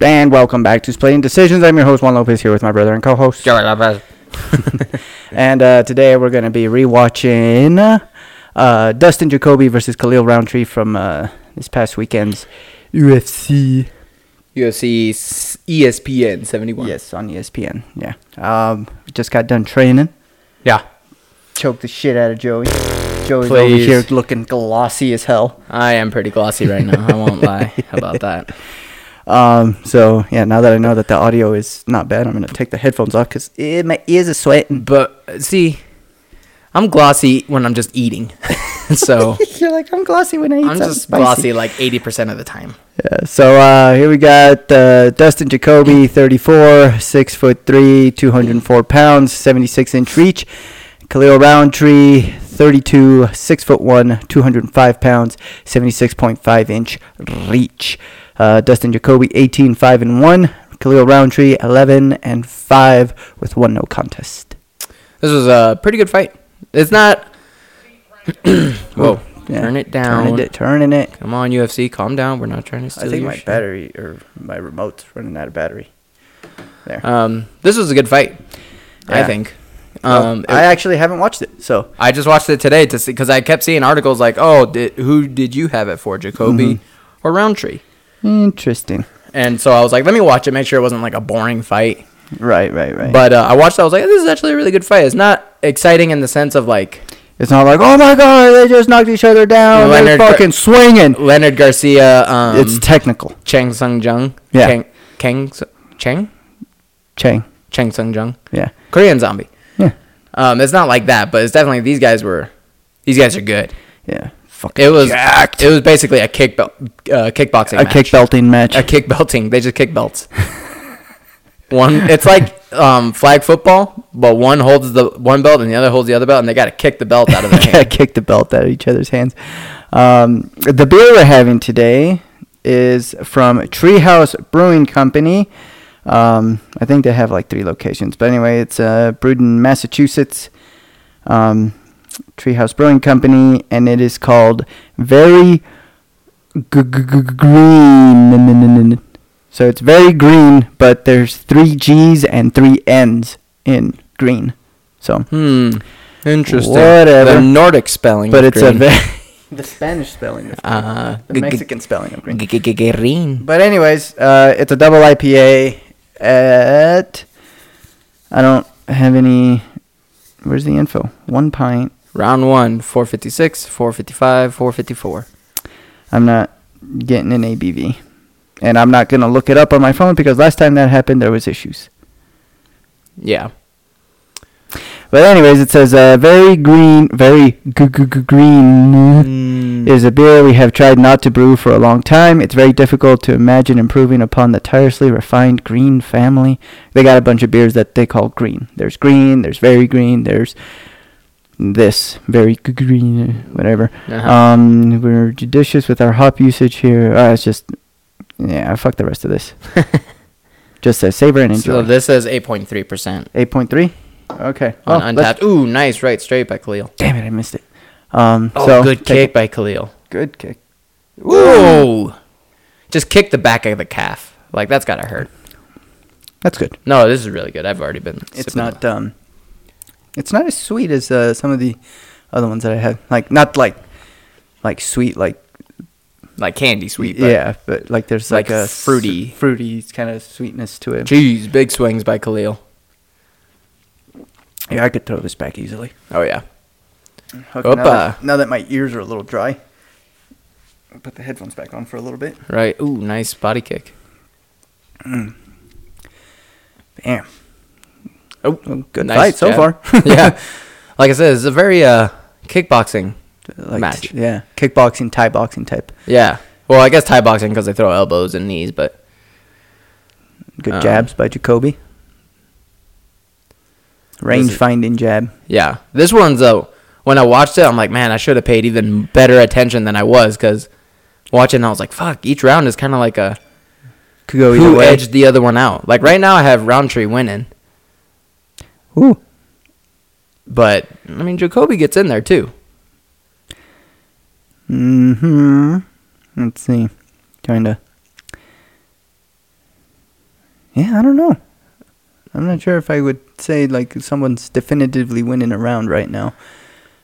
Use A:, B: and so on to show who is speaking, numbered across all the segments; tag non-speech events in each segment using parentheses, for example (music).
A: And welcome back to Splitting Decisions. I'm your host Juan Lopez here with my brother and co-host.
B: Joey Lopez.
A: And uh, today we're gonna be rewatching uh, Dustin Jacoby versus Khalil Roundtree from uh, this past weekend's UFC.
B: UFC E s- ESPN 71.
A: Yes, on E ESPN. Yeah. Um, just got done training.
B: Yeah.
A: Choked the shit out of Joey. Joey's over
B: Please.
A: here looking glossy as hell.
B: I am pretty glossy right now. I
A: (laughs)
B: won't lie about that.
A: Um, so yeah, now that I know that the audio is not bad, I'm gonna take the headphones off because my ears are sweating.
B: But uh, see, I'm glossy when I'm just eating. (laughs) so
A: (laughs) You're like I'm glossy when I eat
B: Oh. I'm
A: something
B: just
A: spicy.
B: glossy like 80% of the time.
A: Yeah, so uh, here we got uh, Dustin Jacoby, 34, six foot three, 204 pounds, 76 inch reach. Khalil Roundtree, 32, six foot one, 205 pounds, 76.5 inch reach. Uh, Dustin Jacoby, 18, five and one. Khalil Roundtree, 11 and five with one no contest.
B: This was a pretty good fight.
A: (clears throat)
B: It's not. Whoa.
A: Yeah.
B: Turn it down.
A: Turning it. Turning it.
B: Come on, UFC. Calm down. We're not trying to steal
A: I think
B: your
A: my
B: shit.
A: battery or my remote's running out of battery. There.
B: Um, this was a good fight. I
A: Yeah.
B: think.
A: Well,
B: Um,
A: Oh, I actually haven't watched it, so
B: I just watched it today to see because I kept seeing articles like, "Oh, did, who did you have it for, Jacoby
A: Mm-hmm.
B: or Roundtree?"
A: interesting.
B: And so I was like, "Let me watch it, make sure it wasn't like a boring fight."
A: Right, right, right. But
B: But uh, I watched. it, I was like, "This is actually a really good fight. It's not exciting in the sense of like
A: it's not like, oh my god, they just knocked each other down.
B: Leonard
A: They're
B: Gar-
A: fucking swinging.
B: Leonard Garcia, um,
A: it's technical.
B: Chang Sung Jung,
A: Yeah.
B: Chang, Kang, Su- Chang,
A: Chang.
B: Chang Sung Jung,
A: Yeah.
B: Korean Zombie."
A: Yeah.
B: Um, it's not like that, but it's definitely these guys were. These guys are good.
A: Yeah. Fucking
B: It was
A: jacked.
B: it was basically a kick bel- uh, kickboxing
A: a
B: match.
A: kick belting match.
B: a kick belting. They just kick belts. (laughs) one, it's like um, flag football, but one holds the one belt and the other holds the other belt, and they got to kick the belt out
A: (laughs)
B: of their hand.
A: kick the belt out of each other's hands. Um, the beer we're having today is from Treehouse Brewing Company. Um, I think they have like three locations, but anyway, it's uh, brewed in Massachusetts. Um, Treehouse Brewing Company, and it is called Very G- G- G- Green. So it's very green, but there's three G's and three N's in green. So.
B: Hmm. Interesting.
A: Whatever.
B: The Nordic spelling,
A: But
B: of
A: it's a
B: green.
A: very (laughs) the Spanish spelling of green.
B: Uh,
A: the
B: g- g-
A: Mexican spelling of green.
B: G- g- g- green.
A: But anyways, uh, it's a double IPA at I don't have any where's the info? One pint.
B: Round one, 456, 455, 454.
A: I'm not getting an ABV. And I'm not gonna look it up on my phone because last time that happened there was issues.
B: Yeah.
A: But anyways, it says uh, very green, very g- g- g- green is a beer we have tried not to brew for a long time. It's very difficult to imagine improving upon the tirelessly refined green family. They got a bunch of beers that they call green. There's green, there's very green, there's this very g- green, whatever.
B: Uh-huh.
A: Um, we're judicious with our hop usage here. Uh, it's just, yeah, fuck the rest of
B: (laughs)
A: this. just says savor and enjoy.
B: so this is 8.3%
A: 8.3? Okay.
B: on
A: Well, let's-
B: untapped. Ooh, nice right straight by Khalil.
A: Damn it, I missed it. Um,
B: Oh,
A: so
B: good
A: take
B: kick by Khalil.
A: a- Good kick.
B: Ooh. Just kick the back of the calf. Like that's gotta hurt.
A: That's good.
B: No, this is really good. I've already been.
A: It's
B: sipping
A: not um, it's not as sweet as uh, some of the other ones that I had. Like not like like sweet like
B: like candy sweet. But
A: yeah, but like there's like,
B: Like
A: a
B: fruity.
A: s- fruity kind of sweetness to it.
B: Jeez, big swings by Khalil.
A: Yeah, I could throw this back easily.
B: Oh yeah.
A: Okay, now that-
B: Opa.
A: now that my ears are a little dry, I'll put the headphones back on for a little bit.
B: Right. Ooh, nice body kick.
A: Damn.
B: Oh,
A: good
B: nice
A: fight so
B: jab.
A: far.
B: (laughs)
A: (laughs)
B: yeah. Like I said, it's a very uh kickboxing.
A: Like,
B: Match.
A: Yeah, kickboxing, Thai boxing type.
B: Yeah. Well, I guess Thai boxing because they throw elbows and knees, but
A: Good
B: Um,
A: jabs by Jacoby. Range finding jab.
B: yeah, this one's though. When I watched it, I'm like, man, I should have paid even better attention than I was because watching, I was like, fuck, each round is kind of like a
A: Could go either
B: who
A: way.
B: edged the other one out. Like right now, I have Roundtree winning,
A: Ooh.
B: but I mean Jacoby gets in there too.
A: Mm-hmm. Let's see. Trying to Yeah, I don't know. I'm not sure if I would say like someone's definitively winning a round right now.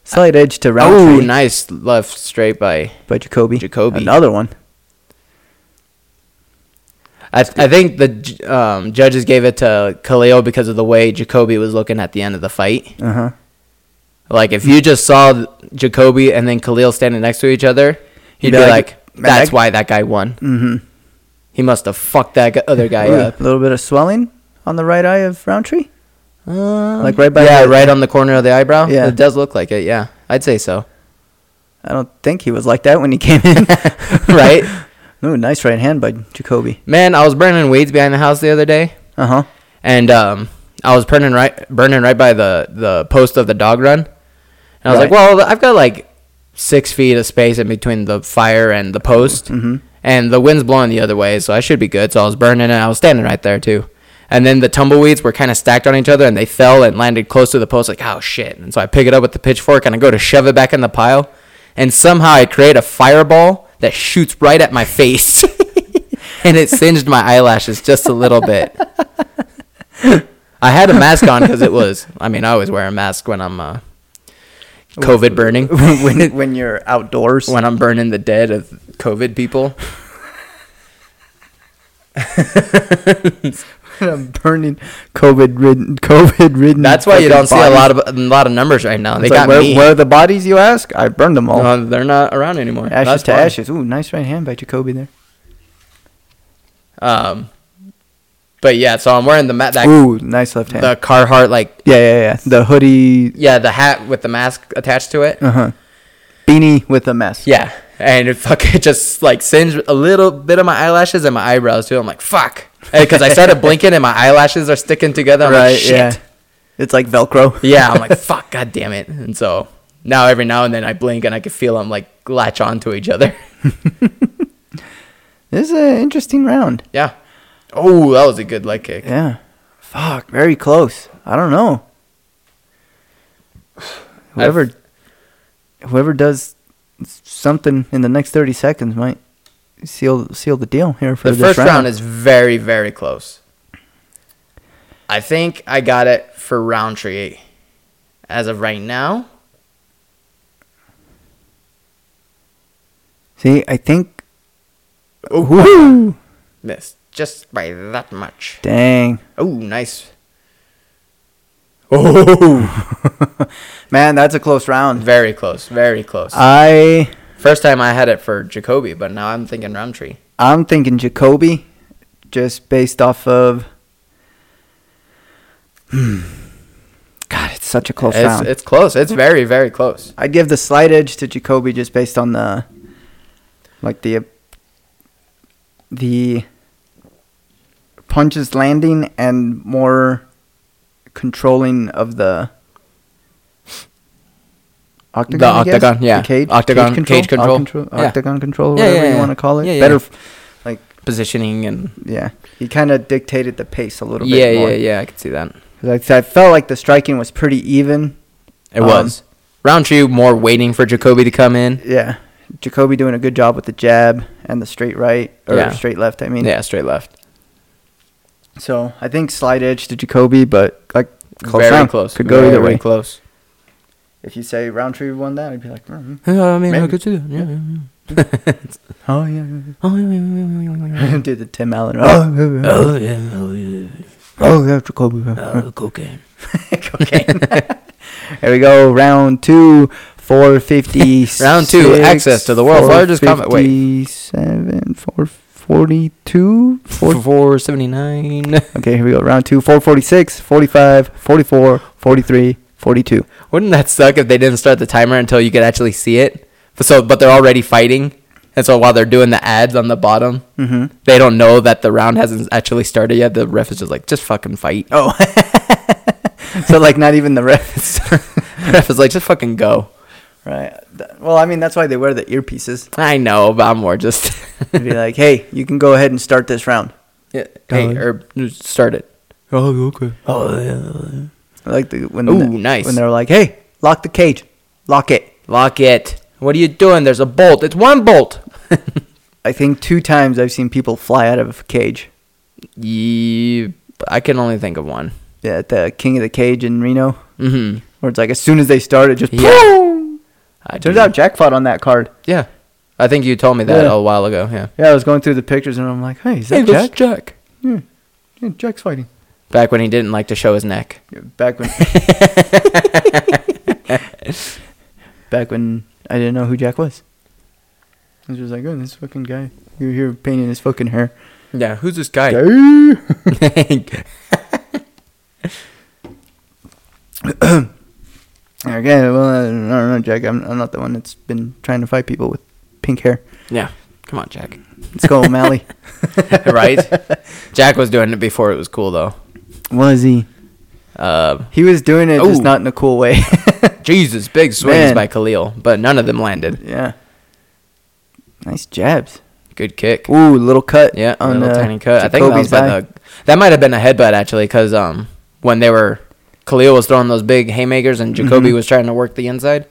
A: Slight edge to
B: Oh,
A: Roundtree
B: nice left straight by.
A: by Jacoby.
B: Jacoby.
A: Another one.
B: I, I think the j- um, judges gave it to Kaleo because of the way Jacoby was looking at the end of the fight.
A: Uh huh.
B: Like if you just saw th- Jacoby and then Khalil standing next to each other,
A: You'd
B: you'd
A: be like,
B: be like,
A: "Man,
B: "That's
A: that-
B: why that guy won.
A: Mm hmm.
B: He must have fucked that gu- other guy up."
A: A little bit of swelling on the right eye of Roundtree.
B: like
A: Like right by
B: Uh, yeah,
A: the-
B: right on the corner of the eyebrow.
A: Yeah.
B: it does look like it. Yeah, I'd say so.
A: I don't think he was like that when he came
B: (laughs)
A: in.
B: right,
A: Ooh, nice right hand by Jacoby.
B: man. I was burning weeds behind the house the other day,
A: Uh huh.
B: and um, I was burning right, burning right by the the post of the dog run, and I was like, well, I've got like six feet of space in between the fire and the post, and the wind's blowing the other way, so I should be good. So I was burning, and I was standing right there too. And then the tumbleweeds were kind of stacked on each other, and they fell and landed close to the post. Like, oh shit! And so I pick it up with the pitchfork, and I go to shove it back in the pile, and somehow I create a fireball that shoots right at my face, (laughs) and it singed my eyelashes just a little bit. I had a mask on because it was. I mean, I always wear a mask when I'm uh, COVID
A: (laughs)
B: burning
A: when when you're outdoors.
B: when I'm burning the dead of COVID people.
A: (laughs) I'm burning COVID ridden COVID ridden.
B: That's why you don't see a lot of a lot of numbers right now. They got
A: where,
B: me.
A: where are the bodies you ask? I burned them all.
B: No, they're not around anymore.
A: ashes
B: That's
A: to
B: why.
A: ashes. Ooh, nice right hand by Jacoby there.
B: Um, but yeah, so I'm wearing the ma- that
A: Ooh, nice left hand.
B: the Carhartt like
A: yeah, yeah, yeah. The hoodie,
B: yeah the hat with the mask attached to it.
A: uh huh, beanie with a mess.
B: Yeah, and it fucking just like singed a little bit of my eyelashes and my eyebrows too. I'm like fuck because I started blinking and my eyelashes are sticking together. I'm
A: right.
B: like, Shit.
A: Yeah, it's like Velcro.
B: yeah, I'm like, fuck, god damn it. And so now every now and then I blink and I can feel them like latch onto each other. (laughs)
A: This is an interesting round.
B: Yeah. Oh, that was a good leg kick.
A: Yeah. Fuck, very close. I don't
B: (sighs)
A: know. Whoever, whoever does something in the next thirty seconds might seal seal the deal here for
B: The
A: this
B: first round. is very, very close. I think I got it for Roundtree as of right now.
A: See, I think.
B: Oh.
A: Woo!
B: Missed just by that much.
A: Dang,
B: Oh, nice. Oh.
A: (laughs) man, that's a close round.
B: Very close. Very close.
A: Uh, I
B: First time I had it for Jacoby, but now I'm thinking Roundtree.
A: I'm thinking Jacoby, just based off of. (sighs) Hmm. God, it's such a close
B: It's,
A: round.
B: it's close. It's very, very close.
A: I'd give the slight edge to Jacoby just based on the, like the, the punches landing and more controlling of the octagon.
B: The
A: I guess?
B: octagon, yeah.
A: The cage,
B: Octagon-
A: cage control,
B: cage
A: oct-
B: control.
A: control-
B: Yeah.
A: octagon control,
B: Yeah, yeah,
A: whatever you
B: yeah.
A: want to call it.
B: Yeah, yeah.
A: Better, f- like
B: Positioning and
A: yeah, he kind of dictated the pace a little
B: yeah,
A: bit more.
B: yeah, yeah. I could see that.
A: 'Cause I- 'cause I felt like the striking was pretty even.
B: It
A: Um,
B: was Roundtree more waiting for Jacoby to come in.
A: Yeah. Jacoby doing a good job with the jab and the straight right or
B: Yeah.
A: straight left, I mean.
B: Yeah, straight left.
A: So I think slight edge to Jacoby, but like close
B: very
A: round.
B: close.
A: Could go
B: very
A: either way.
B: Close. (laughs)
A: If you say Roundtree won that, I'd be like, mm
B: I mean,
A: I Maybe.
B: I
A: could
B: could see that. Yeah,
A: oh yeah, yeah.
B: yeah,
A: yeah. (laughs) do the Tim Allen. Oh, yeah, yeah.
B: (laughs) Oh yeah, oh yeah.
A: oh yeah, Jacoby.
B: Oh, cocaine.
A: (laughs) okay. (laughs) there we go. Round two, four fifty.
B: (laughs) Round two, access to the world's largest combat- wait.
A: Fifty-seven, four forty-two, four
B: Four seventy nine.
A: Okay, here we go. Round two, 446, 45, 44, 43, 42.
B: (laughs) Wouldn't that suck if they didn't start the timer until you could actually see it? But so, but they're already fighting, and so while they're doing the ads on the bottom,
A: Mm-hmm.
B: they don't know that the round hasn't actually started yet. The ref is just like, just fucking fight. (laughs)
A: Oh. (laughs) so, like, not even the refs.
B: ref is like, just fucking go.
A: (laughs) right. Th- Well, I mean, that's why they wear the earpieces.
B: I know, but I'm more just. (laughs)
A: To be like, hey, you can go ahead and start this round.
B: Yeah. Hey,
A: Uh,
B: or start it.
A: Oh, okay. Oh, yeah. I like the, when,
B: Ooh,
A: the-
B: nice.
A: when they're like, hey, lock the cage. Lock it.
B: Lock it. What are you doing? There's
A: (laughs)
B: a bolt. It's one bolt.
A: I think two times I've seen people fly out of a cage.
B: Ye- I can only think of one.
A: Yeah, at the King of the Cage in Reno,
B: Mm-hmm.
A: where it's like as soon as they start, it just
B: Yeah.
A: boom. (laughs)
B: I
A: Turns
B: do-
A: out Jack fought on that card.
B: yeah. I think you told me that
A: Yeah.
B: a while ago. Yeah.
A: Yeah, I was going through the pictures and I'm like, hey, is that Jack?
B: Jack.
A: Yeah. yeah, Jack's fighting.
B: Back when he didn't like to show his neck.
A: Yeah, back (laughs) when, back when I didn't know who Jack was. I was just like, oh, this fucking guy. You were here painting his fucking hair.
B: Yeah. Who's this guy?
A: Hey. (laughs) Okay, well, I don't know, Jack. I'm, I'm not the one that's been trying to fight people with pink hair.
B: yeah. Come on, Jack. (laughs)
A: Let's go, O'Malley.
B: right? Jack was doing it before it was cool, though.
A: (laughs) was he? Oh.
B: Uh,
A: He was doing it, just
B: Ooh.
A: not in a cool (laughs) way.
B: Jesus, big swings
A: Man.
B: by Khalil, but none of them landed.
A: yeah. Nice jabs.
B: Good kick.
A: Ooh, little cut.
B: Yeah, a
A: on
B: little
A: uh,
B: tiny cut. I think that
A: Jacoby's
B: was by
A: eye.
B: the, that might have been a headbutt actually, because um, when they were Khalil was throwing those big haymakers and Jacoby
A: Mhm.
B: was trying to work the inside.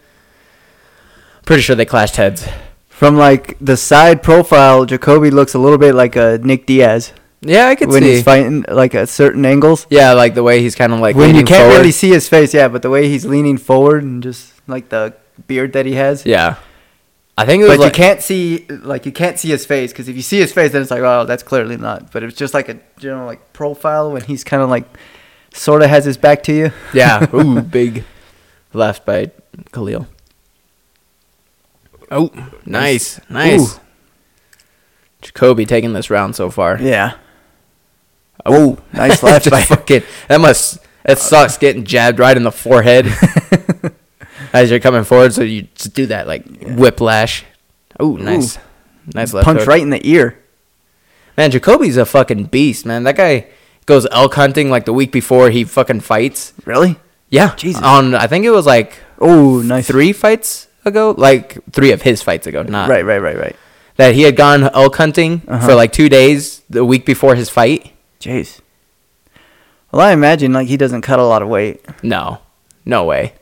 B: Pretty sure they clashed heads.
A: From like the side profile, Jacoby looks a little bit like a Nick Diaz
B: Yeah, I could
A: when
B: see.
A: he's fighting like at certain angles.
B: Yeah, like the way he's kind of like
A: when you
B: leaning
A: can't
B: forward.
A: really see his face, yeah, but the way he's leaning forward and just like the beard that he has.
B: Yeah, I think it was
A: But
B: like
A: you can't see like you can't see his face because if you see his face, then it's like oh that's clearly not. But it's just like a general like profile when he's kind of like sort of has his back to you. (laughs)
B: yeah, ooh, big left by Khalil. Oh, nice, nice.
A: Ooh.
B: Jacoby taking this round so far.
A: Yeah. Oh, nice left
B: (laughs) Just
A: by.
B: fucking that must that sucks getting jabbed right in
A: (laughs)
B: the forehead as you're coming forward. So you just do that like whiplash. Oh, nice, nice left
A: punch
B: hook.
A: right in the ear.
B: Man, Jacoby's a fucking beast, man. That guy goes elk hunting like the week before he fucking fights.
A: Really?
B: Yeah,
A: Jesus.
B: On I think it was like
A: Oh, nice.
B: three fights ago, like three of his fights ago, not
A: Right, right, right, right.
B: that he had gone elk hunting
A: Uh-huh.
B: for like two days the week before his fight.
A: Jeez. Well, I imagine like he doesn't cut a lot of weight.
B: No, no way.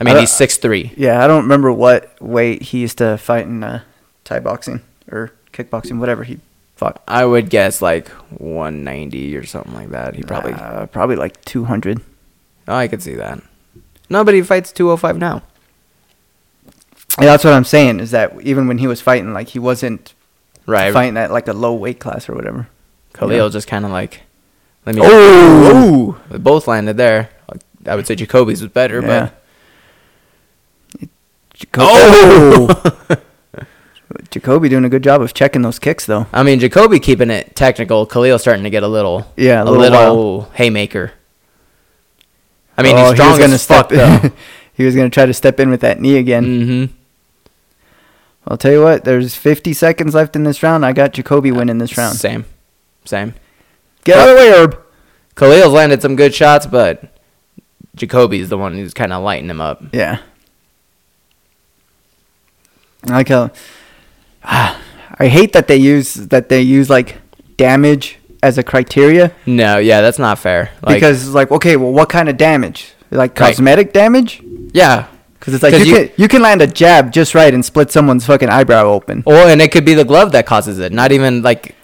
B: I mean,
A: I-
B: he's six three.
A: Yeah, I don't remember what weight he used to fight in uh, Thai boxing or kickboxing, whatever he fought.
B: I would guess like 190 or something like that. He probably.
A: uh, probably like two hundred.
B: oh, I could see that. Nobody fights 205 now.
A: Yeah, that's what I'm saying. Is that even when he was fighting, like he wasn't
B: Right.
A: fighting at like a low weight class or whatever.
B: Khalil
A: Yeah.
B: just kind of like. Let me.
A: Oh!
B: They both landed there. I would say Jacoby's was better, (laughs)
A: Yeah.
B: but.
A: Jaco- Oh! (laughs)
B: Oh!
A: Jacoby doing a good job of checking those kicks, though.
B: (laughs) I mean, Jacoby keeping it technical. Khalil starting to get a little.
A: Yeah, a
B: a
A: little
B: little, haymaker. I mean,
A: Oh,
B: he's strong as fuck, (laughs) though.
A: (laughs) he was gonna try to step in with that knee again.
B: mm-hmm.
A: I'll tell you what. There's 50 seconds left in this round. I got Jacoby winning this round.
B: Same. Same.
A: Get out of the way, Herb.
B: Khalil's landed some good shots, but Jacoby's the one who's kind of lighting him up.
A: Yeah. I like how (sighs) I hate that they use that they use like damage as a criteria
B: No, yeah, that's not fair. Like,
A: because it's like okay, well, what kind of damage? Like
B: Right.
A: cosmetic damage?
B: yeah,
A: Because it's like
B: 'Cause
A: you,
B: you-
A: can you can land a jab just right and split someone's fucking eyebrow open.
B: or and it could be the glove that causes it. Not even like,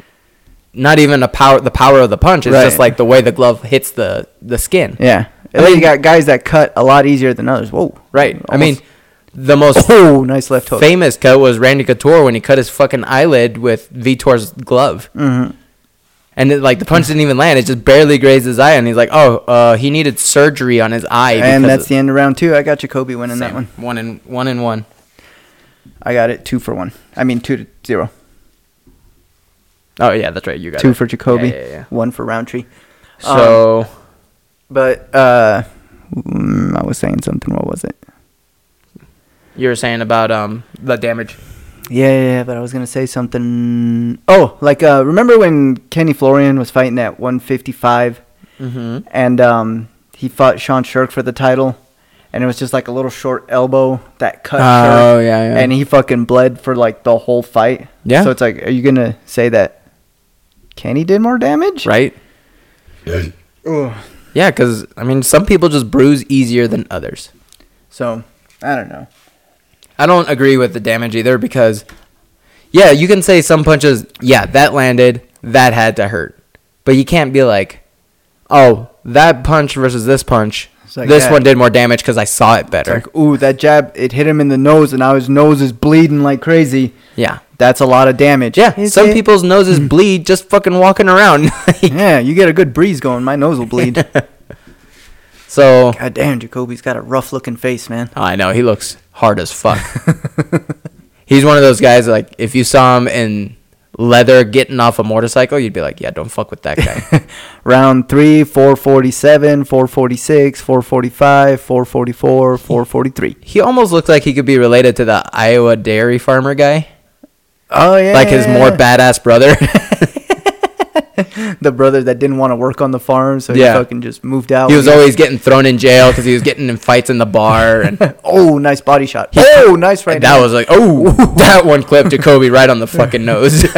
B: not even a power. The power of the punch. It's
A: Right.
B: just like the way the glove hits the the skin.
A: Yeah,
B: I
A: and then you
B: mean-
A: got guys that cut a lot easier than others. Whoa,
B: Right. I mean, the most
A: Almost- (laughs) oh, nice left hook.
B: famous cut was Randy Couture when he cut his fucking eyelid with Vitor's glove.
A: Mhm.
B: And it, like the punch didn't even land; it just barely grazed his eye, and he's like, "Oh, uh, he needed surgery on his eye."
A: And
B: because
A: that's
B: of-
A: the end of round two. I got Jacoby winning that
B: Same.
A: one.
B: One and one and one.
A: I got it two for one. I mean two to zero.
B: Oh yeah, that's right. You got
A: two
B: it.
A: for Jacoby, Um,
B: Yeah, yeah, yeah.
A: one for Roundtree.
B: So
A: But uh, mm, I was saying something. What was it?
B: you were saying about um the damage.
A: Yeah, yeah, yeah, but I was gonna say something. Oh, like uh, remember when Kenny Florian was fighting at 155,
B: Mm-hmm.
A: and um, he fought Sean Shirk for the title, and it was just like a little short elbow that cut.
B: Oh,
A: Shirk,
B: yeah, yeah.
A: And he fucking bled for like the whole fight.
B: Yeah.
A: So it's like, are you gonna say that Kenny did more damage?
B: Right.
A: Ugh.
B: Yeah, because I mean, some people just bruise easier than others.
A: So I don't know.
B: I don't agree with the damage either because, yeah, you can say some punches. Yeah, that landed. That had to hurt. But you can't be like, oh, that punch versus this punch.
A: It's like
B: this
A: that.
B: one did more damage because I saw it
A: It's
B: better.
A: like, ooh, that jab, it hit him in the nose, and now his nose is bleeding like crazy.
B: yeah.
A: That's a lot of damage.
B: Yeah.
A: Is
B: some
A: it?
B: people's noses bleed just fucking walking around. (laughs)
A: Yeah, you get a good breeze going, my nose will bleed.
B: so
A: God damn, Jacoby's got a rough looking face, man. (laughs)
B: I know he looks hard as fuck. (laughs) He's one of those guys like if you saw him in leather getting off a motorcycle, you'd be like, yeah, don't fuck with
A: (laughs)
B: that guy.
A: Round three, 447, 446, 445, 444, 443.
B: he almost looks like he could be related to the Iowa dairy farmer guy,
A: Oh, yeah.
B: like his more badass brother. (laughs)
A: The brother that didn't want to work on the farm, so
B: Yeah.
A: he fucking just moved out.
B: he was always getting thrown in jail because he was getting in fights in the bar,
A: (laughs)
B: and
A: Oh, nice body shot. oh, nice right
B: and that was like, oh, that one clip Jacoby right
A: (laughs)
B: on the fucking nose. (laughs)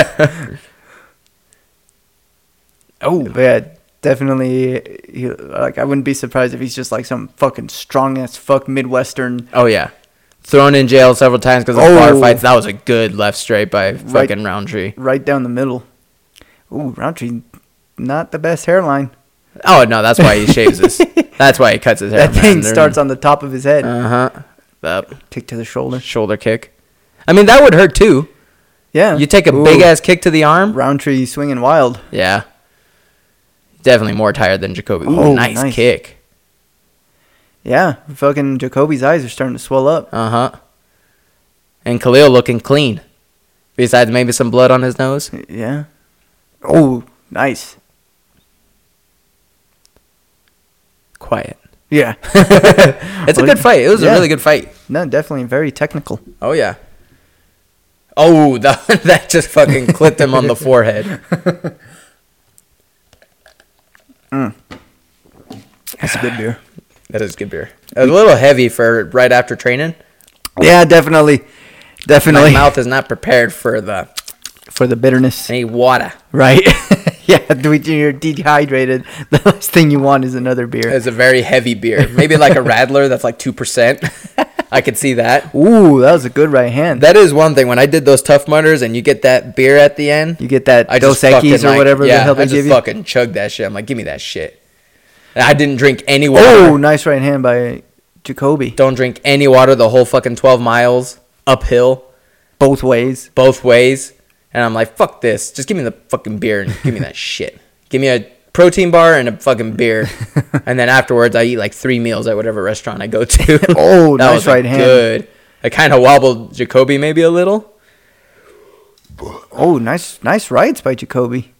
A: oh. yeah, definitely. He, like, I wouldn't be surprised if he's just like some fucking strong ass fuck Midwestern.
B: oh yeah, thrown in jail several times because of
A: Oh.
B: bar fights. That was a good left straight by
A: Right.
B: fucking Roundtree.
A: right down the middle. Ooh, Roundtree, not the best hairline.
B: Oh no, that's why he shaves
A: (laughs)
B: his. That's why he cuts his hair.
A: That thing starts Uh-huh. on the top of his head.
B: Uh huh. The
A: Kick to the shoulder.
B: shoulder kick. I mean, that would hurt too.
A: Yeah.
B: You take a
A: Ooh,
B: big ass kick to the arm.
A: Roundtree swinging wild.
B: Yeah. Definitely more tired than Jacoby. Ooh,
A: Oh,
B: nice,
A: nice.
B: kick.
A: Yeah, fucking Jacoby's eyes are starting to swell up.
B: Uh huh. And Khalil looking clean. Besides maybe some blood on his nose.
A: Yeah. Oh, nice.
B: Quiet. (laughs)
A: (laughs) Yeah.
B: It's a
A: Well,
B: good fight. It was a
A: yeah.
B: really good fight.
A: No, definitely very technical.
B: Oh yeah. Oh, (laughs) that that just fucking clipped him
A: (laughs)
B: on the forehead.
A: That's a good beer.
B: That is good beer. A little heavy for right after training.
A: (sighs) Yeah, definitely.
B: My
A: Definitely.
B: mouth is not prepared for the
A: For the bitterness.
B: any water.
A: (laughs) Right. (laughs) yeah, when you're dehydrated, (laughs) the last thing you want is another beer.
B: It's a very heavy beer. Maybe like a Radler that's like two percent. I could see that.
A: Ooh, that was a good right hand.
B: That is one thing. When I did those Tough Mudders and you get that beer at the end,
A: you get that
B: I
A: Dos
B: just
A: Equis
B: fucking,
A: or
B: like-
A: whatever
B: yeah,
A: the hell
B: I
A: they
B: just
A: give you.
B: fucking chug that shit. I'm like, give me that shit. And I didn't drink any water.
A: Oh, nice right hand by Jacoby.
B: Don't drink any water the whole fucking twelve miles uphill
A: Both ways.
B: both ways. And I'm like, fuck this. Just give me the fucking beer and give me
A: (laughs)
B: that shit. Give me a protein bar and a fucking beer. and then afterwards, I eat like three meals at whatever restaurant I go
A: (laughs)
B: to. (laughs)
A: Oh, nice
B: a
A: right hand.
B: Good. I kind of wobbled Jacoby maybe a little.
A: Oh, nice, nice rights by Jacoby.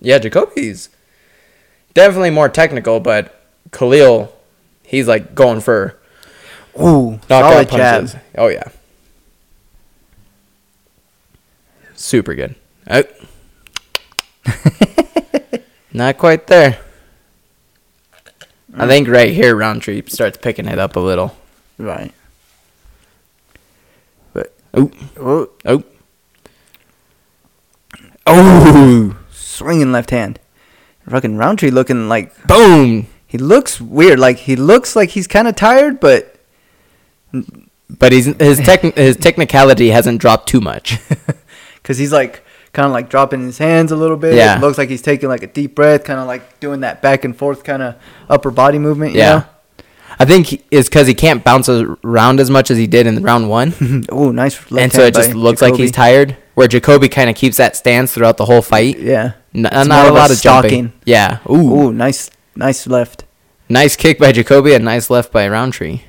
B: Yeah, Jacoby's definitely more technical, but Khalil, he's like going for
A: Ooh, solid
B: knockout punches.
A: jab.
B: Oh yeah, super good. Oh.
A: (laughs)
B: Not quite there.
A: Mm.
B: I think right here Roundtree starts picking it up a little.
A: Right.
B: Oh,
A: Oh,
B: oh,
A: oh, swinging left hand. Fucking Roundtree looking like
B: boom!
A: he looks weird. Like he looks like he's kind of tired, but (laughs)
B: But he's his tech his technicality hasn't dropped
A: (laughs)
B: too much.
A: because he's like kind of like dropping his hands a little bit.
B: Yeah.
A: It looks like he's taking like a deep breath, kind of like doing that back and forth kind of upper body movement. you
B: yeah. I think he- it's because he can't bounce around as much as he did in round one.
A: (laughs) know? Oh, nice left
B: and
A: hand.
B: so it just
A: by
B: looks like he's
A: Jacoby.
B: tired. Where Jacoby kind of keeps that stance throughout the whole fight.
A: Yeah.
B: N-
A: It's more
B: not a
A: of a
B: lot of
A: stalking.
B: jumping. Yeah. Ooh.
A: Ooh, nice, nice left.
B: Nice kick by Jacoby and nice left by Roundtree.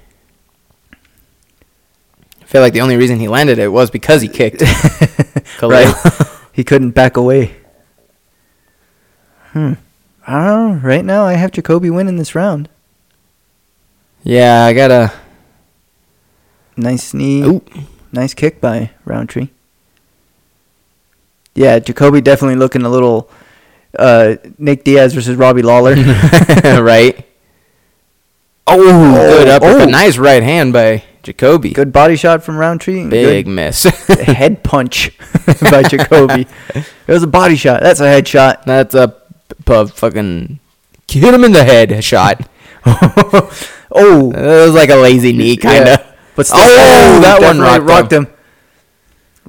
B: I feel like the only reason he landed it was because
A: (laughs)
B: he kicked. (laughs) Khalil.
A: he couldn't back away. Hmm. I don't know. Right now, I have Jacoby winning this round.
B: yeah, I gotta. (laughs)
A: Nice knee.
B: Ooh.
A: Nice kick by Roundtree. Yeah, Jacoby definitely looking a little uh, Nick Diaz versus Robbie
B: (laughs)
A: Lawler.
B: right.
A: oh,
B: Good up.
A: oh.
B: nice right hand by Jacoby.
A: Good body shot from Roundtree. and
B: Big
A: good
B: miss. (laughs)
A: head punch (laughs) by Jacoby. It was a body shot. That's a head shot.
B: That's a p- p- fucking hit him in the head shot. (laughs)
A: Oh,
B: It was like a lazy knee kind of.
A: Yeah. But still,
B: Oh, that one
A: definitely
B: rocked
A: him.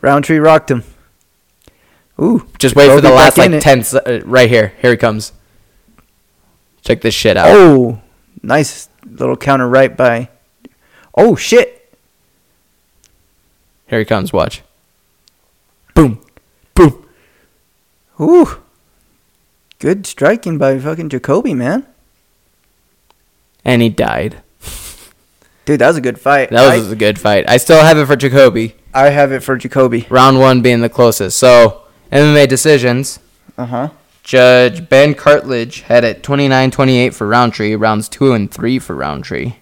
A: Roundtree rocked him. Ooh,
B: Just wait for
A: Kobe
B: the last
A: back in
B: like
A: it.
B: ten. se- uh, right here, here he comes. Check this shit out.
A: Oh, nice little counter right by. Oh shit!
B: Here he comes. Watch. Boom, boom.
A: Ooh, good striking by fucking Jacoby, man.
B: And he died.
A: Dude, that was a good fight.
B: That was a good fight. I still have it for Jacoby.
A: I, I have it for Jacoby.
B: Round one being the closest. So MMA decisions.
A: Uh
B: Uh-huh.
A: huh.
B: Judge Ben Cartledge had it 29-28 for Roundtree. Rounds two and three for Roundtree.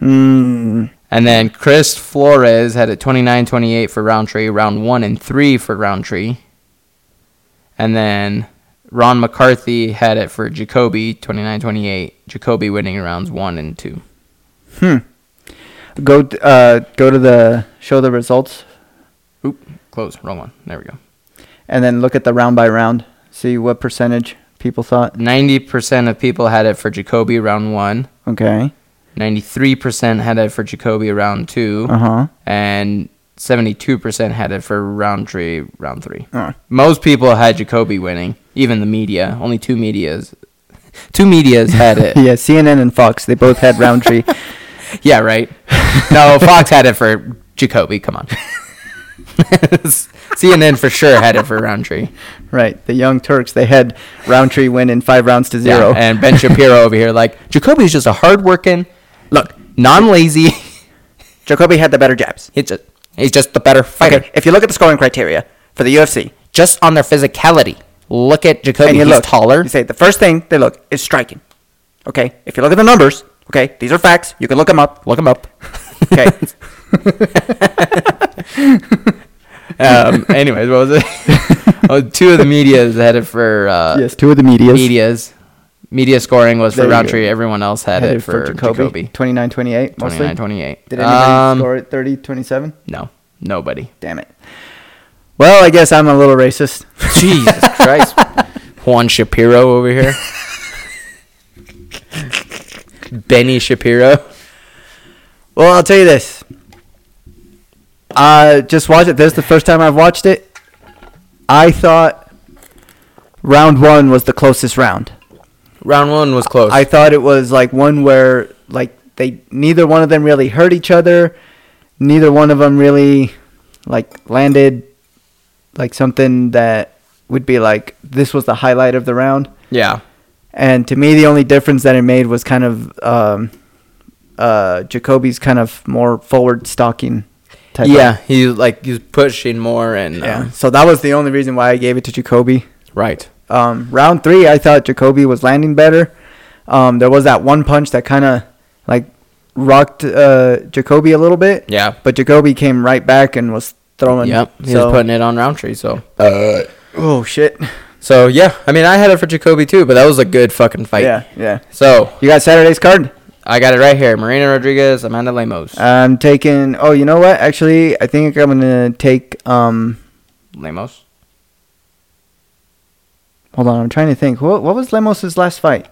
A: Hmm.
B: And then Chris Flores had it 29 28 for Roundtree, round one and three for Roundtree. And then Ron McCarthy had it for Jacoby 29 28, Jacoby winning rounds one and two.
A: Go t- uh go to the show the results
B: Oop, close, wrong one. There we go.
A: and then look at the round by round. See what percentage people thought.
B: 90% of people had it for Jacoby round one,
A: Okay.
B: 93% had it for Jacoby round two,
A: Uh huh.
B: and 72% had it for Roundtree round three.
A: Uh.
B: Most people had Jacoby winning, even the media. Only two medias. (laughs) Two medias
A: (laughs)
B: had it.
A: Yeah, CNN and Fox, they both had
B: (laughs)
A: Roundtree.
B: yeah, right. No, Fox had it for Jacoby. Come on. (laughs) CNN for sure had it for Roundtree.
A: right. The Young Turks, they had Roundtree win in five rounds to zero.
B: Yeah, and Ben Shapiro over here, like, Jacoby's just a hardworking, look, non lazy.
A: (laughs) Jacoby had the better jabs.
B: (laughs) he's, just, he's just the better fighter.
A: Okay, if you look at the scoring criteria for the UFC,
B: Just on their physicality. Look at Jacoby.
A: and you
B: He's
A: look
B: taller.
A: You say the first thing they look is striking. Okay, if you look at the numbers, okay, these are facts. You can look them up.
B: Look him up.
A: Okay,
B: um, (laughs) anyways, what was (laughs) it? oh, two of the medias had it for (laughs) uh,
A: two of the medias
B: medias. Media scoring was
A: There
B: for
A: you go.
B: Roundtree. Everyone else had, it, for, Jacoby.
A: Twenty nine, twenty eight.
B: 29 28.
A: Did anybody
B: um,
A: score at 30, 27?
B: No, nobody.
A: Damn it. Well, I guess I'm a little racist.
B: (laughs) Jesus Christ. Juan Shapiro over here. (laughs) Benny Shapiro.
A: Well, I'll tell you this. I just watched it. This is the first time I've watched it. I thought round one was the closest round.
B: Round one was close.
A: I thought it was like one where like they neither one of them really hurt each other, neither one of them really like landed like something that would be like this was the highlight of the round.
B: yeah.
A: And to me, the only difference that it made was kind of um, uh, Jacoby's kind of more forward stalking. Type of-
B: Yeah, he like he's pushing more and uh,
A: yeah. So that was the only reason why I gave it to Jacoby.
B: right.
A: Um, round three, I thought Jacoby was landing better. Um, there was that one punch that kind of like rocked uh, Jacoby a little bit,
B: Yeah.
A: but Jacoby came right back and was throwing.
B: Yep. He
A: so-
B: was putting it on Roundtree, so
A: oh shit!
B: So yeah, I mean, I had it for Jacoby too, but that was a good fucking fight.
A: yeah, yeah.
B: So
A: You got Saturday's card.
B: I got it right here: Marina Rodriguez, Amanda Lemos.
A: I'm taking. Oh, you know what? Actually, I think I'm gonna take. Um,
B: Lemos.
A: hold on, I'm trying to think. What what was Lemos's last fight?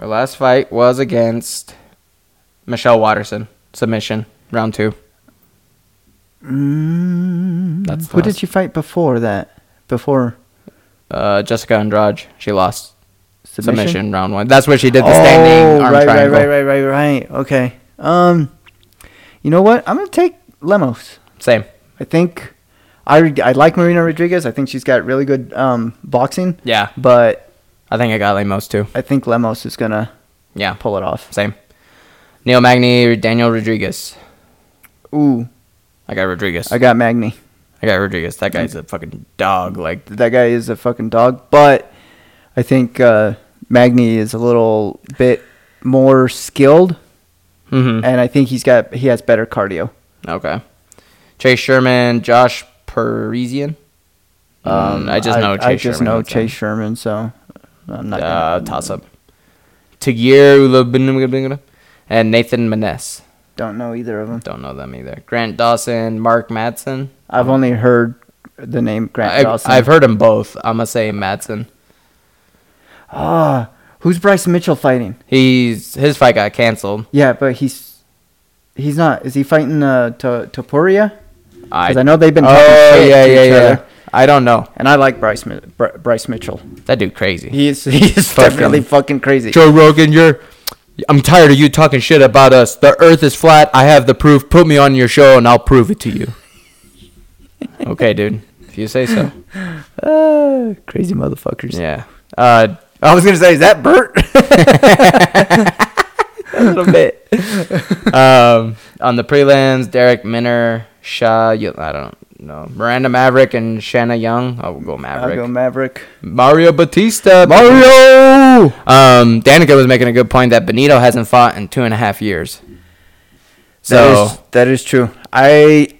B: Her last fight was against Michelle Watterson. Submission, round two.
A: Mm,
B: That's the
A: who did
B: last-
A: she fight before that? Before
B: Uh, Jessica Andrade. She lost submission?
A: submission.
B: round one. That's where she did the standing
A: Oh,
B: arm
A: right,
B: triangle.
A: right, right, right, right, right. Okay. Um, you know what? I'm gonna take Lemos.
B: Same.
A: I think I re- I like Marina Rodriguez. I think she's got really good um boxing,
B: Yeah,
A: but
B: I think I got Lemos too.
A: I think Lemos is gonna
B: Yeah,
A: pull it off.
B: same. Neil Magny, Daniel Rodriguez.
A: Ooh,
B: I got Rodriguez.
A: I got Magni.
B: I got Rodriguez. That guy's a fucking dog. Like
A: That guy is a fucking dog, but I think uh, Magni is a little bit more skilled,
B: Mhm.
A: and I think he's got he has better cardio.
B: Okay. Chase Sherman, Josh Parisian. Um, I just know Chase
A: Mm, I just
B: Sherman.
A: know
B: that's it.
A: Chase Sherman, so I'm not.
B: Uh,
A: gonna-
B: toss up. Tagir Ulubinugabingana and Nathan Maness.
A: Don't know either of them.
B: Don't know them either. Grant Dawson, Mark Madsen.
A: I've only heard the name Grant
B: I,
A: Dawson.
B: I've heard them both. I'm gonna say Madsen.
A: Ah, who's Bryce Mitchell fighting?
B: He's his fight got canceled.
A: Yeah, but he's he's not. Is he fighting uh, to, Topuria? Because
B: I-
A: I know they've been talking
B: Oh
A: shit
B: yeah,
A: to
B: yeah,
A: each
B: yeah.
A: other.
B: I don't know.
A: And I like Bryce Mi- Br- Bryce Mitchell.
B: That dude crazy.
A: He is (laughs) he is
B: Fucking-
A: definitely fucking crazy.
B: Joe Rogan, you're. I'm tired of you talking shit about us. The Earth is flat. I have the proof. Put me on your show, and I'll prove it
A: (laughs)
B: to you. okay, dude. If you say so.
A: Uh, crazy motherfuckers.
B: Yeah. Uh,
A: I was gonna say, is that (laughs)
B: (laughs)
A: Bert?
B: a little bit. um, on the prelims, Derek Minner, Shaw. You, I don't know. Miranda Maverick and Shanna Young. I'll go
A: I'll
B: Maverick.
A: go Maverick.
B: Mario Batista.
A: Mario.
B: Um, Danica was making a good point that Benito hasn't fought in two and a half years. So
A: that is, that is true. I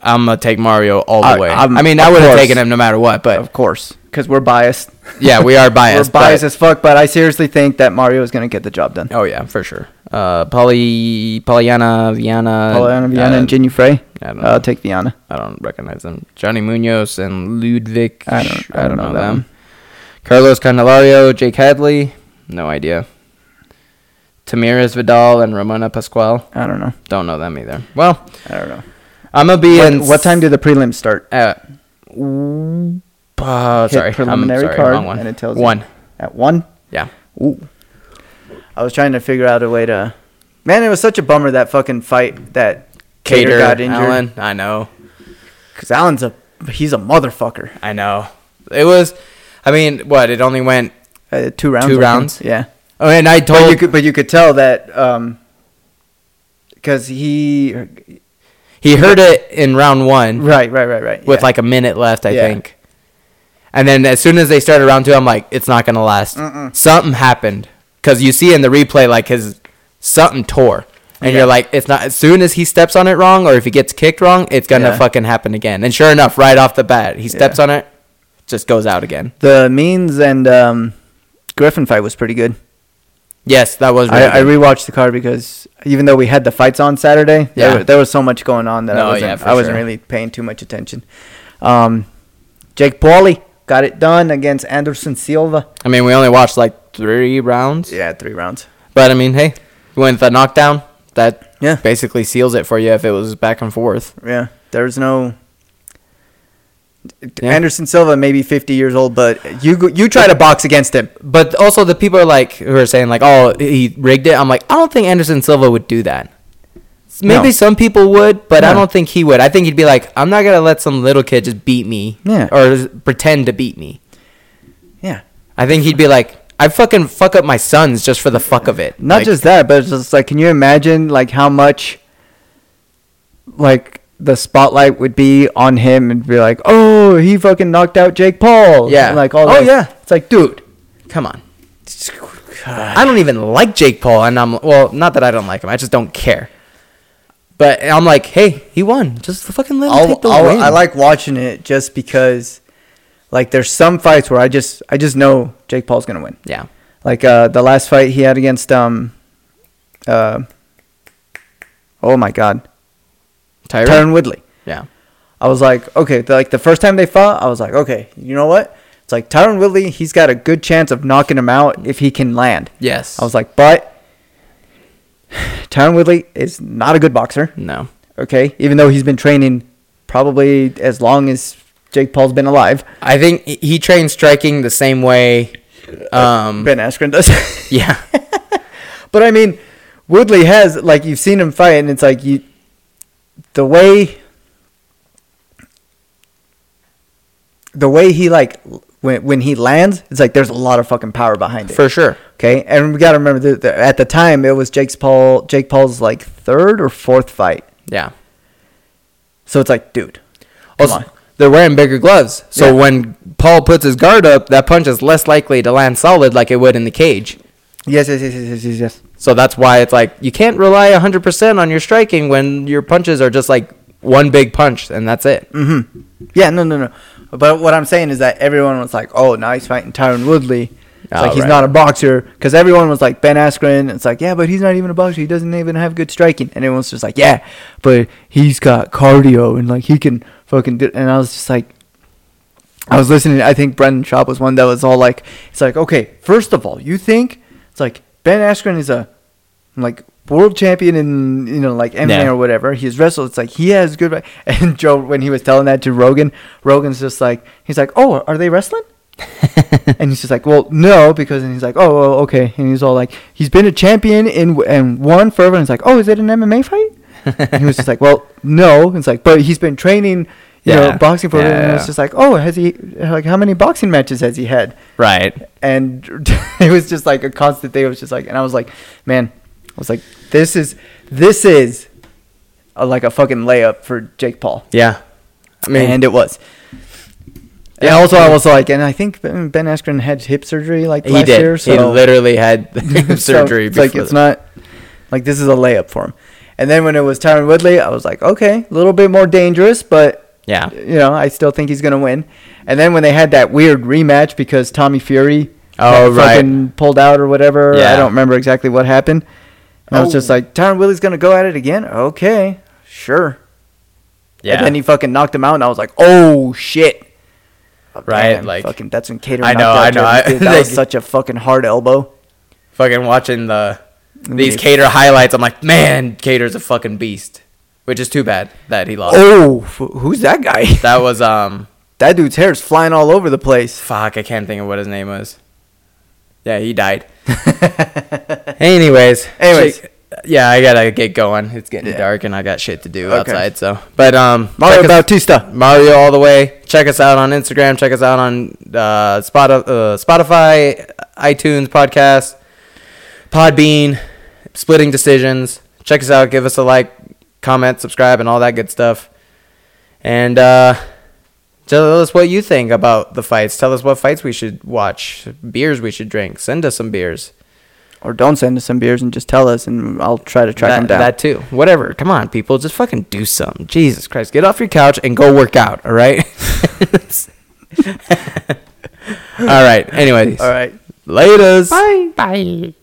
B: I'm gonna take Mario all the
A: I-
B: way. i
A: I'm-
B: mean, I
A: of
B: would have
A: course.
B: taken him no matter what, but
A: of course because we're biased.
B: (laughs) yeah, we are biased.
A: we're biased
B: but-
A: as fuck, but I seriously think that Mario is gonna get the job done.
B: oh yeah, for sure. Uh, Polly, Pollyanna, Viana,
A: Poliana, Viana,
B: uh,
A: and Ginny Frey.
B: I don't know.
A: I'll take Viana.
B: I don't recognize them. Johnny Munoz and Ludwig.
A: I don't- I don't know that one.
B: Carlos Candelario, Jake Hadley. No idea. Tamiris Vidal and Ramona Pascual.
A: I don't know.
B: Don't know them either. Well,
A: I don't know.
B: I'm gonna be
A: When-
B: in.
A: what time do the prelims start?
B: Uh, w- uh,
A: Hit
B: sorry,
A: preliminary
B: I'm sorry,
A: card,
B: wrong one.
A: and it tells you.
B: one.
A: At one.
B: Yeah,
A: Ooh. I was trying to figure out a way to. Man, it was such a bummer that fucking fight that Cater,
B: Cater,
A: got injured.
B: Allen. I know,
A: Because Allen's a he's a motherfucker.
B: I know. It was. I mean, what? It only went.
A: Uh, two rounds.
B: Two
A: I think.
B: rounds?
A: Yeah.
B: Oh, and I
A: But
B: told
A: you could but you could tell that um because he
B: he heard it in round one
A: right right right right
B: with
A: yeah.
B: like a minute left, I
A: Yeah.
B: think. And then as soon as they started round two, I'm like, it's not gonna last.
A: Mm-mm.
B: Something happened because you see in the replay like his something tore. And
A: Yeah.
B: you're like, it's not. As soon as he steps on it wrong, or if he gets kicked wrong, it's gonna
A: Yeah.
B: fucking happen again. And sure enough, right off the bat, he steps
A: Yeah.
B: on it, just goes out again.
A: the Means and um Griffin fight was pretty good.
B: Yes, that was. Really
A: I, I
B: good.
A: rewatched the card because even though we had the fights on Saturday,
B: Yeah.
A: there, wa- there was so much going on that I
B: No,
A: wasn't,
B: yeah, for
A: I wasn't
B: sure.
A: really paying too much attention. Um, Jake Pauley got it done against Anderson Silva.
B: I mean, we only watched like three rounds,
A: Yeah, three rounds.
B: but I mean, hey, with the knockdown, that
A: Yeah.
B: basically seals it for you if it was back and forth.
A: Yeah, there's no.
B: Yeah.
A: Anderson Silva may be 50 years old, but you go- you try to box against him.
B: But also, the people are like who are saying like, "Oh, he rigged it." I'm like, I don't think Anderson Silva would do that. Maybe
A: No.
B: some people would, but I
A: No.
B: don't think he would. I think he'd be like, "I'm not gonna let some little kid just beat me,
A: Yeah.
B: or s- pretend to beat me."
A: Yeah,
B: I think he'd be like, "I fucking fuck up my sons just for the fuck of it."
A: not
B: Like,
A: just that, but it's just like, can you imagine like how much, like the spotlight would be on him and be like, oh, he fucking knocked out Jake Paul.
B: Yeah.
A: And, like all.
B: Oh,
A: that.
B: yeah.
A: It's like, dude.
B: come on. I don't even like Jake Paul, and I'm well, not that I don't like him, I just don't care. But I'm like, hey, he won. Just fucking let him
A: I'll,
B: take the
A: I'll-
B: win.
A: I like watching it just because, like, there's some fights where I just I just know Jake Paul's gonna win.
B: yeah.
A: Like uh, the last fight he had against um, uh, oh my God,
B: Tyron.
A: Tyron Woodley.
B: Yeah.
A: I was like, okay, the, like the first time they fought, I was like, okay, you know what? It's like Tyron Woodley, he's got a good chance of knocking him out if he can land.
B: Yes.
A: I was like, but (sighs) Tyron Woodley is not a good boxer.
B: no.
A: Okay, even though he's been training probably as long as Jake Paul's been alive,
B: I think he- he trained striking the same way. Um,
A: Ben Askren does. (laughs)
B: yeah,
A: But I mean, Woodley has like you've seen him fight, and it's like you, the way, the way he like when when he lands, it's like there's a lot of fucking power behind it.
B: for sure.
A: Okay, and we got to remember that that at the time it was Jake's Paul, Jake Paul's like third or fourth fight,
B: Yeah.
A: so it's like, dude, come
B: Also,
A: on.
B: they're wearing bigger gloves, so
A: Yeah.
B: when Paul puts his guard up, that punch is less likely to land solid like it would in the cage.
A: yes, yes, yes, yes, yes, yes, yes.
B: So that's why it's like you can't rely 100% on your striking when your punches are just like one big punch and that's it.
A: Mm-hmm. Yeah, no, no, no. But what I'm saying is that everyone was like, "Oh, now he's fighting Tyron Woodley." It's
B: Oh,
A: like he's
B: right.
A: not a boxer because everyone was like Ben Askren. It's like, yeah, but he's not even a boxer. He doesn't even have good striking. And everyone's just like, yeah, but he's got cardio and like he can fucking do. And I was just like, I was listening. I think Brendan Schaub was one that was all like, it's like, okay, first of all, you think it's like Ben Askren is a like world champion in you know like MMA
C: Yeah.
A: or whatever. He's wrestled. It's like he has good. re- (laughs) And Joe, when he was telling that to Rogan, Rogan's just like he's like, oh, are
C: (laughs)
A: they wrestling? and he's just like, well, no, because and he's like, oh, oh, okay, and he's all like, he's been a champion in and won forever. And it's like, oh, is it an
C: (laughs)
A: MMA fight? and he was just like, well, no. And it's like, but he's been training, you
C: Yeah.
A: know, boxing for.
C: Yeah,
A: and
C: yeah.
A: it's just like, oh, has he like how many boxing matches has he had?
C: Right.
A: and (laughs) it was just like a constant thing. It was just like, and I was like, man, I was like, this is this is a, like a fucking layup for Jake Paul,
B: Yeah. I mean,
A: and it was. And
B: Yeah.
A: also, I was like, and I think Ben Ben Askren had hip surgery like
B: he
A: last
B: did.
A: year,
B: He
A: (laughs) so
B: literally had (laughs)
A: so
B: surgery.
A: it's like
B: before
A: it's
B: that.
A: not like this is a layup for him. And then when it was Tyron Woodley, I was like, okay, a little bit more dangerous, but
C: Yeah.
A: you know, I still think he's gonna win. And then when they had that weird rematch because Tommy Fury
B: Oh,
A: had
B: right.
A: fucking pulled out or whatever, I
C: Yeah.
A: don't remember exactly what happened. And I was
B: Oh.
A: just like, Tyron Willie's gonna go at it again? Okay, sure.
C: Yeah.
A: And then he fucking knocked him out, and I was like, oh shit. Oh,
B: Right, like-
A: fucking that's when Cater.
B: I know,
A: knocked
B: I know,
A: out
B: I-
A: Jervis, dude. That was
B: (laughs) they-
A: such a fucking hard elbow.
B: fucking watching the these
A: Yeah.
B: Cater highlights. I'm like, man, Cater's a fucking beast. Which is too bad that he lost.
A: Oh, f- who's that guy? (laughs)
B: That was um,
A: That dude's hair is flying all over the
B: (laughs)
A: place.
B: fuck, I can't think of what his name was. Yeah, he died. Anyways,
A: Anyways.
B: Jake- yeah, I gotta get going. It's getting
A: Yeah.
B: dark and I got shit to do
A: Okay.
B: outside. So, but um,
A: Mario
B: check us-
A: Bautista.
B: Mario all the way. Check us out on Instagram. Check us out on uh, Spot- uh, Spotify, iTunes podcast, Podbean, Splitting Decisions. Check us out. Give us a like, comment, subscribe, and all that good stuff. And uh, tell us what you think about the fights. Tell us what fights we should watch, beers we should drink. Send us some beers.
A: Or don't send us some beers and just tell us, and I'll try to track
B: that,
A: him down.
B: that too. Whatever. Come on, people. Just fucking do something. Jesus Christ. Get off your couch and go work out. All
A: (laughs)
B: right. (laughs) all right. Anyways.
A: All right.
B: Laters.
A: Bye.
D: Bye.